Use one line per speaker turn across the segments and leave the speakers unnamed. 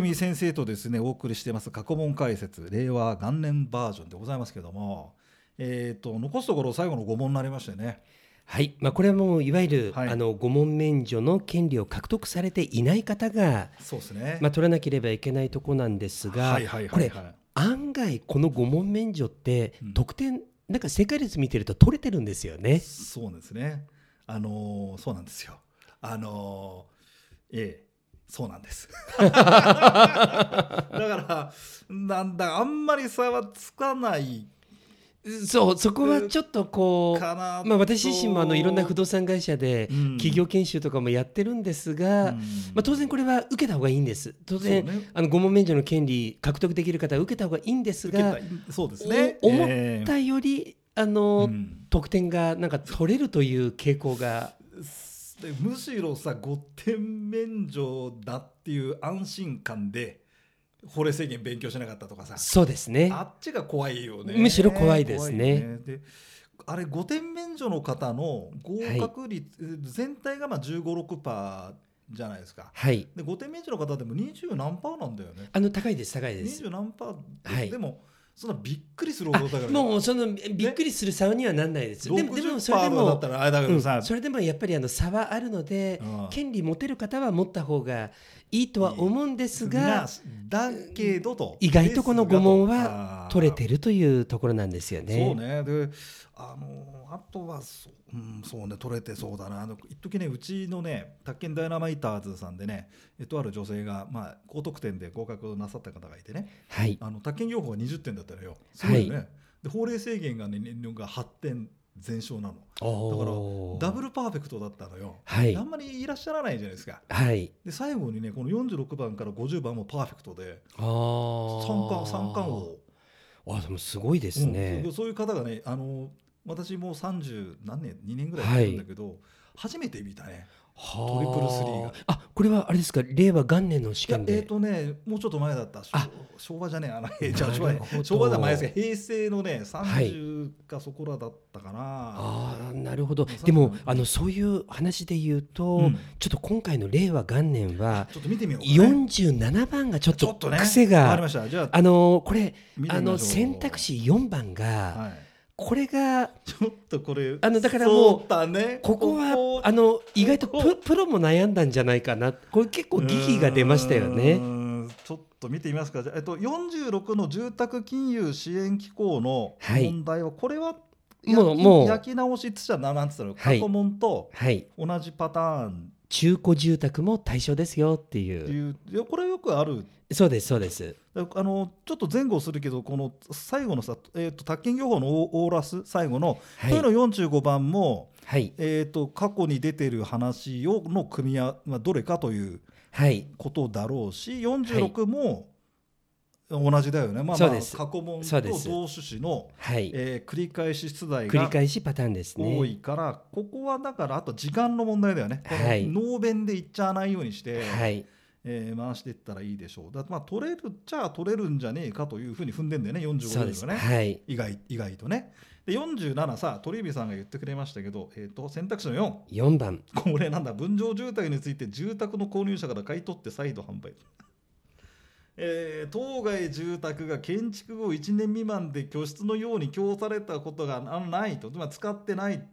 井先生とですねお送りしてます過去問解説令和元年バージョンでございますけども、えー、と残すところ最後の5問になりましてね
はい、まあ、これはもういわゆる、
はい
あの5問免除の権利を獲得されていない方が、
そうですね、
まあ、取らなければいけないとこなんですが、
はいはい
こ
はい
れ
はい
案外この5問免除って
うん
得点、なんか正解率見てると取れてるんですよね。
そうなんですねあのーそうなんですよあのーええそうなんです だからなんだあんまり差はつかない
そうそこはちょっとこう
かなと
まあ、私自身もあのいろんな不動産会社で
うん
企業研修とかもやってるんですが、
うん
まあ、当然これは受けた方がいいんです当然、
そうね
あの5問免除の権利獲得できる方は受けた方がいいんです
受け
が
たいそうですね
お思
ええ
ったより、あの
うん
得点がなんか取れるという傾向が
でむしろさ5点免除だっていう安心感で法令制限勉強しなかったとかさ
そうですね
あっちが怖いよね
むしろ怖いですね
怖いよであれ5点免除の方の合格率、全体がまあ1 5 6パーじゃないですか
はい
で5点免除の方でも20何パーなんだよね
あの高いです高いです
20何パーで,、
はい
でもそんなびっくりするほ
あ
どだから
もうそのびっくりする差にはなんないです、でもでもそれで
60%だっ
も
たらあれだけ
う
ど
ん
さ、
それでもやっぱりあの差はあるので、
うん
権利持てる方は持った方がいいとは思うんです
がだ
が、
けどと
意外とこの
ですが
5
と
問は
あー
取れてるというところなんですよね。
そうねであのあとはそう,、うん、そうね取れてそうだなあの一時ねうちのね宅建ダイナマイターズさんでねえっとある女性が、まあ、高得点で合格なさった方がいてね
はい、
あの宅建業法が20点だったのよすごいよね、で法令制限がね年齢が8点全勝なの
おー
ダブルパーフェクトだったのよ、
はい
あんまりいらっしゃらないじゃないですか
はい
で最後にねこの46番から50番もパーフェクトで
あー
三冠三冠王
あでもすごいですね
う、んそういう方がねあの私もう30何年2年ぐらいやってるんだけど、初めて見たね
は
トリプルスリーが
あこれはあれですか令和元年の試
いや
験
えっ、
で
とねもうちょっと前だった昭
あ
昭和じゃねえあのえ
るほど
じゃあ昭和ね昭和じゃ前ですけど平成のね
はい
30かそこらだったかな、
ああなるほど
そう
でも
そう
あのそういう話で言うと、
うん
ちょっと今回の令和元年は
ちょっと見てみようか、ね、
47番がちょっ
ちょ
と
っとね
癖
わかり
が
ましたじゃあ
あのこれ
見て
あ
みま
の
しょう
選択肢4番が
はい
これが
ちょっとこれ
あのだからもう
そうだね
ここはあ
の
の意外と
こ
ププロも悩んだんじゃないかなこれ結構疑義が出ましたよね
ちょっと見てみますかじゃあ、えっと、46の住宅金融支援機構の
はい
問題は、これは
もう
焼き
もう
焼き直しつつはななんつったの
は
過
い
去問と
はい
同じパターン
中古住宅も対象ですよってい
っ
う
ていう、いやこれよくある
そうですそうです
だあのちょっと前後するけどこの最後のさ、えっと宅建業法のオーオーラス最後の、
はい
というの45番も、
はい
えっと過去に出てる話をの組み合わ、まあ、どれかという
はい
ことだろうし46も同じだよね、まあ
そ
ま
う
あ
です
過去問
そ
と
うです
同種子の、
はい
えー繰り返し出題
繰り
が
返しパターンです
多
ね
いから、ここはだからあと時間の問題だよね、この
はい
能弁で言っちゃわないようにして、
はい
えー回していったらいいでしょうだまあ取れるっちゃ取れるんじゃねえかというふうに踏んでんだよね
そう
45
で
人
す
はね。
はい
意外意外とねで47さ鳥海さんが言ってくれましたけど、えー、と選択肢の4
4番
これなんだ分譲住宅について住宅の購入者から買い取って再度販売、 えー当該住宅が建築後1年未満で居室のように供されたことがあないと、まあ、使ってない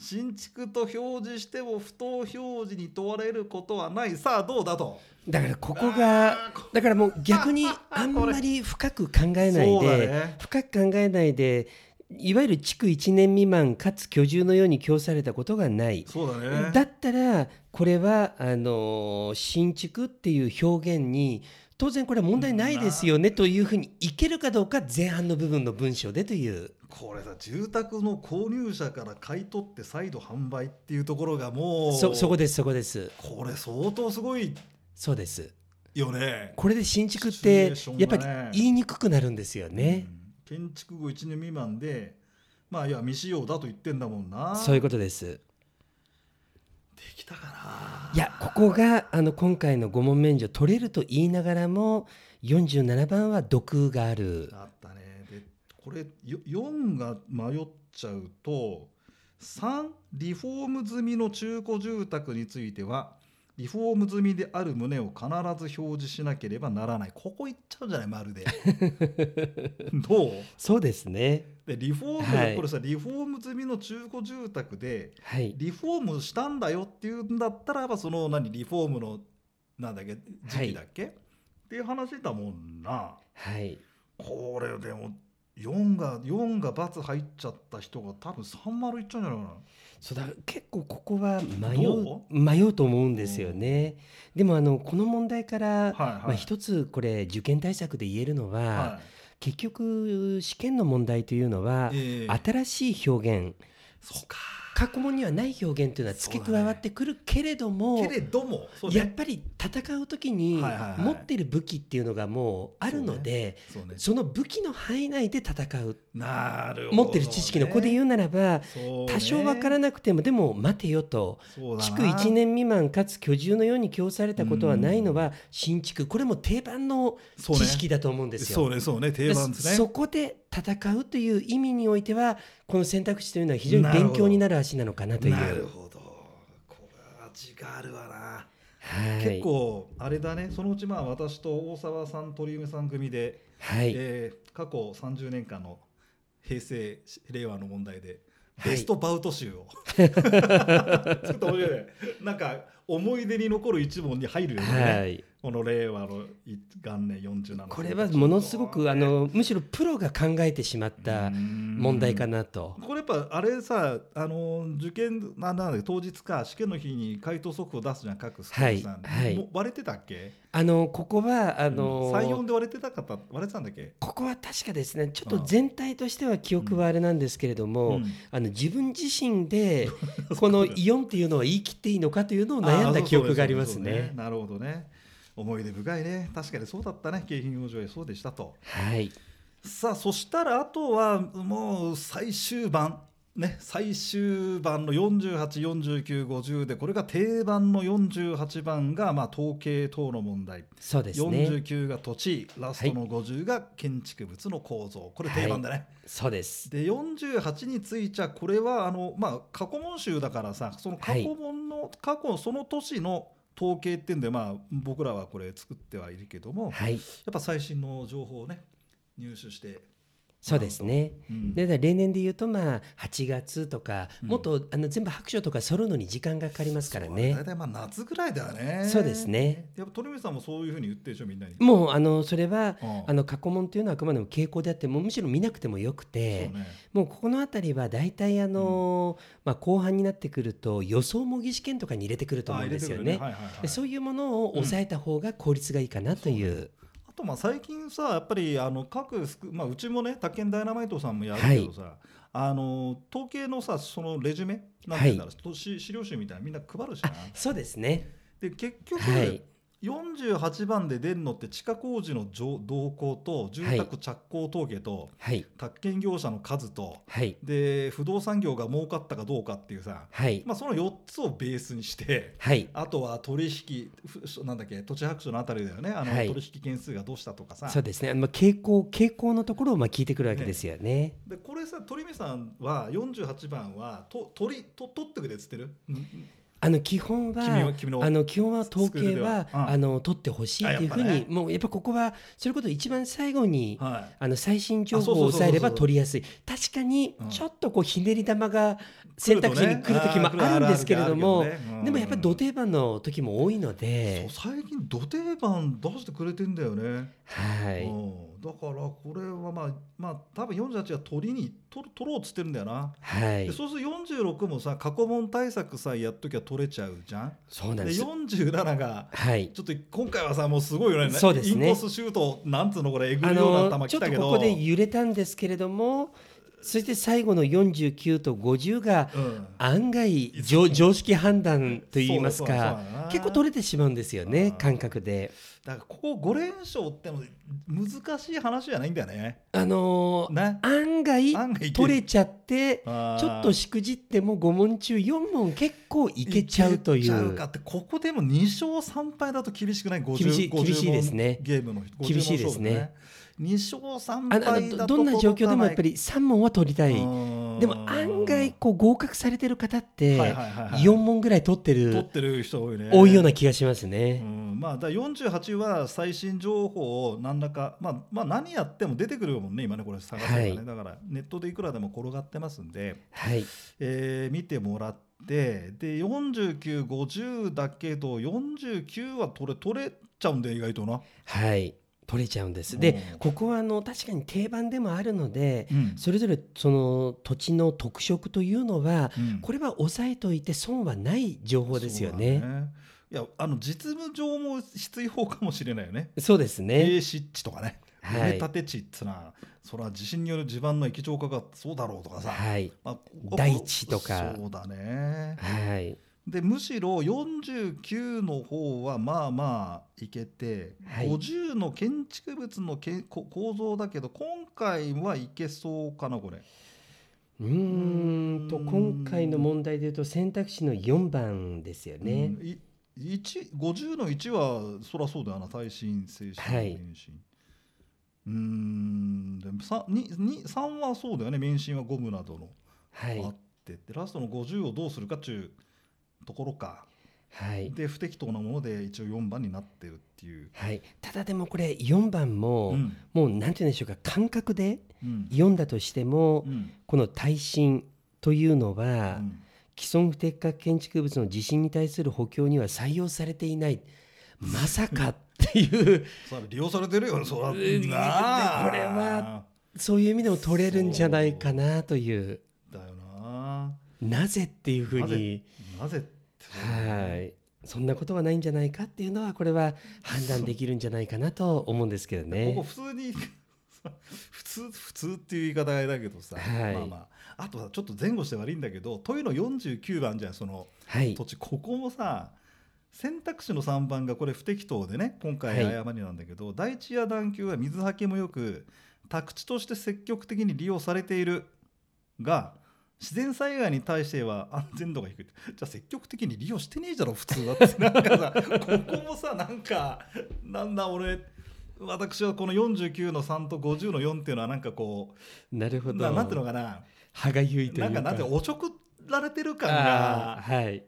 新築と表示しても不当表示に問われることはないさあどうだと
だからここが
あーこ
だからもう逆にあんまり深く考えない
そうだ
で
ね
深く考えないでいわゆる築1年未満かつ居住のように供されたことがない
そうだね
だったらこれはあのー新築っていう表現に当然これは問題ないですよねというふうにいけるかどうか前半の部分の文章でという
これさ住宅の購入者から買い取って再度販売っていうところがもう
そそこですそこです
これ相当すごい
そうです
よね
これで新築っ
シチュエ
て
ーション
やっ
がね
ぱり言いにくくなるんですよね
うん建築後1年未満でまあいや未使用だと言ってんだもんな
そういうことです
できたかない
やここがあの今回の5問免除取れると言いながらも47番は毒がある
あったねでこれよ4が迷っちゃうと3リフォーム済みの中古住宅についてはリフォーム済みである旨を必ず表示しなければならないここ行っちゃうじゃないま るでどう
そうですね。
でリフォーム、
はい
これさリフォーム済みの中古住宅で
はい。
リフォームしたんだよっていうんだったらばその何リフォームのなんだっけ時期だっけ、っていう話だもんな
はい。
これでも4が4が×入っちゃった人が多分3丸いっちゃうんじゃないかな
そうだ結構ここは迷う
ど
迷うと思うんですよね。でもあのこの問題から、
はいはい
まあ一つこれ受験対策で言えるのは、
は
結局試験の問題というのは、
ええ
新しい表現
そうか
過去問にはない表現というのは付け加わってくるけれども、
けれどもそう
やっ
ね
ぱり戦う時に
はいはいはい
持ってる武器っていうのがもうあるので、
そうね
その武器の範囲内で戦う、
なるほど、
持ってる知識の子で言うならば、
そうね
多少分からなくてもでも待てよと
そうだな
築1年未満かつ居住のように供されたことはないのは新築これも定番の
そう
知
ね
識だと思うんですよ。
そうねそうね定番ですね
そこで戦うという意味においてはこの選択肢というのは非常に勉強になる足なのかなという。
なるほどこれ味があるわな
はい、
結構あれだねそのうちまあ私と大沢さん鳥海さん組で、
はい、
えー過去30年間の平成令和の問題で
はい
ベストバウト集 を、ちょっと面白いねなんか思い出に残る一問に入るよね、
はい、
この令和のい元年47
これはものすごくあのむしろプロが考えてしまった問
問
題かなと。
これやっぱあれさあの受験ななんだっけ当日か試験の日に解答速報出すじゃん各スクールさん、
はいはい
もう割れてたっけ
あのここはあの
三四で割れてたかった割れてたんだっけ？
ここは確かですねちょっと全体としては記憶はあれなんですけれども、
うん
あの自分自身 でこのイオンっていうのは言い切っていいのかというのを悩んだ記憶があります
あーそうそうそう
ね。
なるほどね。思い出深いね。確かにそうだったね。景品表情へそうでしたと。
はい、
さあそしたらあとはもう最終版。ね、最終版の484950でこれが定番の48番がまあ統計等の問題、
そうですね。
49が土地ラストの50が建築物の構造、これ定番だね、
そうです。
で48についちゃこれはあの、まあ、過去問集だからさその過去問の、過去その年の統計っていうんで、まあ、僕らはこれ作ってはいるけども、や
はい、
っぱ最新の情報をね入手して、
そうですね。
うん
でだから例年で言うとまあ8月とか、
うん
もっとあの全部白書とか揃うのに時間がかかりますから
そう
ね
大。体まあ夏ぐらいだよね
そうですね
やっぱ鳥海さんもそういうふうに言ってるでしょみんなに、
もうあのそれは
うん
あの過去問というのはあくまでも傾向であってもうむしろ見なくてもよく
そう
て、
ね
もうここの辺りは大体あの、まあ、後半になってくると予想模擬試験とかに入れてくると
あ
思うん
入れ
で
て
す
く
よ
る
ね。
はいはいはい
でそういうものを抑えた方が効率がいいかなという、
あとまあ最近さやっぱりあの各スク、まあ、うちもね宅建ダイナマイトさんもやるけどさ、あの統計のさそのレジュメなんて言うんだろう、とし資料集みたいなのみんな配るじゃん。
そうですね
で結局、
はい
48番で出るのって地下工事の上動向と住
はい
宅着工統計と、
はい
宅建業者の数と
はい
で不動産業が儲かったかどうかっていうさ、
はい
まあ、その4つをベースにして。
はい
あとは取引ふそなんだっけ土地白書のあたりだよねあの、
はい
取引件数がどうしたとかさ
そうですねあのまあ傾向傾向のところをまあ聞いてくるわけですよね。
でこれさ鳥海さんは48番はと鳥と取ってくれっつってるうん
あの基本は
君は君の
あの基本は統
スクール
計
で
は
はうん
あの取ってほしいっていうふう
あや
に
っぱね
もうやっぱここはそれこそ一番最後に
は
あの最新情報
あそう
を
そうそうそう
抑えれば取りやすい確かに
うん
ちょっとこうひねり玉が
い
選択肢に来る時もあるんですけれどもでもやっぱり土
定
定番の時も多いので
最近土定番出してくれてんだよね、
はい
うん、だからこれはまあまあ多分48は鳥に取る取ろうっつってるんだよな、
はい
でそうすると46もさ過去問対策さえやっときゃ取れちゃうじゃん
そうな
で
んです
47が
はい
ちょっと今回はさもうすごいよね
そうですね
インコースシュートなんつうのこれえぐ
あ
るような球
のちょ
来
っと
たけど
ここで揺れたんですけれどもそして最後の49と50が
うん
案外常常識判断といいます
そうだそう
か
だそうだな
結構取れてしまうんですよ
うん
ね感覚で。
だからここ5連勝っても難しい話じゃないんだよね。
あの
ね
案外
案外いける
取れちゃって
ちょ
ちょっとしくじっても5問中4問結構いけちゃうとい
ちゃ
う
かってここでも2勝3敗だと厳しくない50
厳しい
50
厳しいですね
問ゲームの50
厳しいですね
問勝負だね2勝3
あ
敗
の
だと
どんな状況でもやっぱ
り
り3問は取りたいでも案外こう合格されてる方って
はいはいはいはい
4問ぐらい取って
取っ
る
てる人多いね
多いような気がします
う
ね。
んまあ、だから48は最新情報を何らか、まあまあ、何やっても出てくるもんね、今ね、これ探せばね、
はい
だからネットでいくらでも転がってますんで、
はい
えー見てもらって、で49、50だけど、49は取れ取れちゃうんで、意外とな。
はい取れちゃうんです。で
うん
ここはあの確かに定番でもあるので
うん
それぞれその土地の特色というのは
うん
これは押さえといて損はない情報ですよ
そ
ね
う。だいやあの実務上も必要かもしれないよね。
そうですね。
低湿地とかね、
はい
埋め立て地ってのは、それは地震による地盤の液状化がそうだろうとかさ、
はい
まあ
大地とか
そうだね。
はい
でむしろ49の方はまあまあいけて、
はい
50の建築物のけこ構造だけど今回はいけそうかなこれ。
うーんと今回の問題でいうと選択肢の4番ですよね。
うんい一50の1はそりゃそうだよな耐震精神
はい
免震、うーんでも 3, にに3はそうだよね免震はゴムなどの、
はい
あってってラストの50をどうするかっちゅうところか
はい
で不適当なもので一応4番になってるっていう。
はい、ただでもこれ4番も、
うん
もうなんて言うんでしょうか感覚で
うん
読んだとしても、
うん
この耐震というの
う
は、
ん
既存不適格建築物の地震に対する補強には採用されていないまさかっていう
それ利用されてるよそらなあ
うんこれはそういう意味でも取れるんじゃないかなという
だよな
なぜっていうふうに
なぜって
はいそんなことはないんじゃないかっていうのはこれは判断できるんじゃないかなと思うんですけどね。
ここ普通に 普通普通っていう言い方あれだけどさ、
はい
まあまああとさちょっと前後して悪いんだけど問いの49番じゃんその
はい
土地ここもさ選択肢の3番がこれ不適当でね今回
はい
誤りなんだけど、第一や段丘は水はけもよく宅地として積極的に利用されているが自然災害に対しては安全度が低いじゃあ積極的に利用してねえだろ普通だってなんかさ ここもさなんかなんだ俺私はこの49の3と50の4っていうのはなんかこ
なるほ
う
ど
ななんていうのかな
歯がゆいという
な
か
んかなんていうのおちょくられてる感
あ
が
ーはい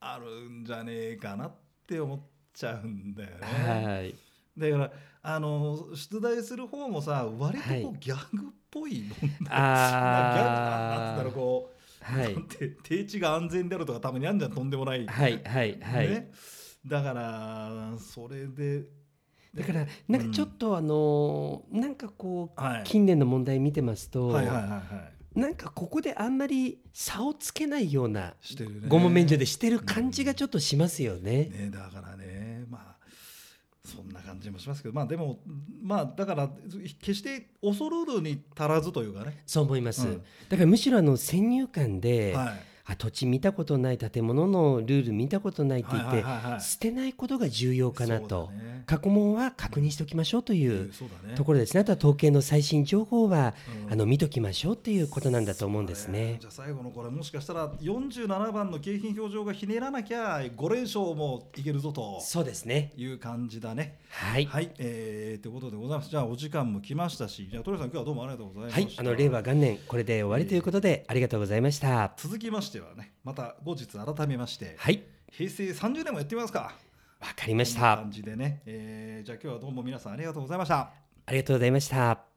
あるんじゃねえかなって思っちゃうんだよね。
はい
だからあの出題する方もさ割と
は
こうギャグっぽい問題、
あー
なギャグなんつったらこう、
はい
なんて低地が安全であるとかたまにあんじゃんとんでもない、
はいはいはい、
ね、だからそれで
だからなんかちょっとあのーなんかこう
はい
近年の問題見てますと、
はいはいはいは
なんかここであんまり差をつけないようない
してるね
五問免除でしてる感じがちょっとしますよね。
ね、だからねまあそんな感じもしますけどまあでもまあだから決して恐るるに足らずというかね、
そう思います、
うん
だからむしろあの先入観で、
はい
あ土地見たことない建物のルール見たことないって言って、
はいはいはいはい
捨てないことが重要かなと、
そうだね
過去問は確認しておきましょうといううん
そうだね
ところですねあとは統計の最新情報は、
うん
あの見ときましょうっていうことなんだと思うんですね
じ。ゃあ最後のこれもしかしたら47番の景品表情がひねらなきゃ5連勝もいけるぞと
そうですね。
いう感じだね。
はい。
はい、えー、ということでございます。じゃあお時間も来ましたし、じゃあ鳥さん今日はどうもありがとうございま
は
し
い。
た。
あの令和元年これで終わりということでありがとうございました。
続きましてはね、また後日改めまして、
はい。
平成30年もやってみますか。
わかりまし
こんな
た
感。じでね、えー、じゃあ今日はどうも皆さんありがとうございました。
ありがとうございました。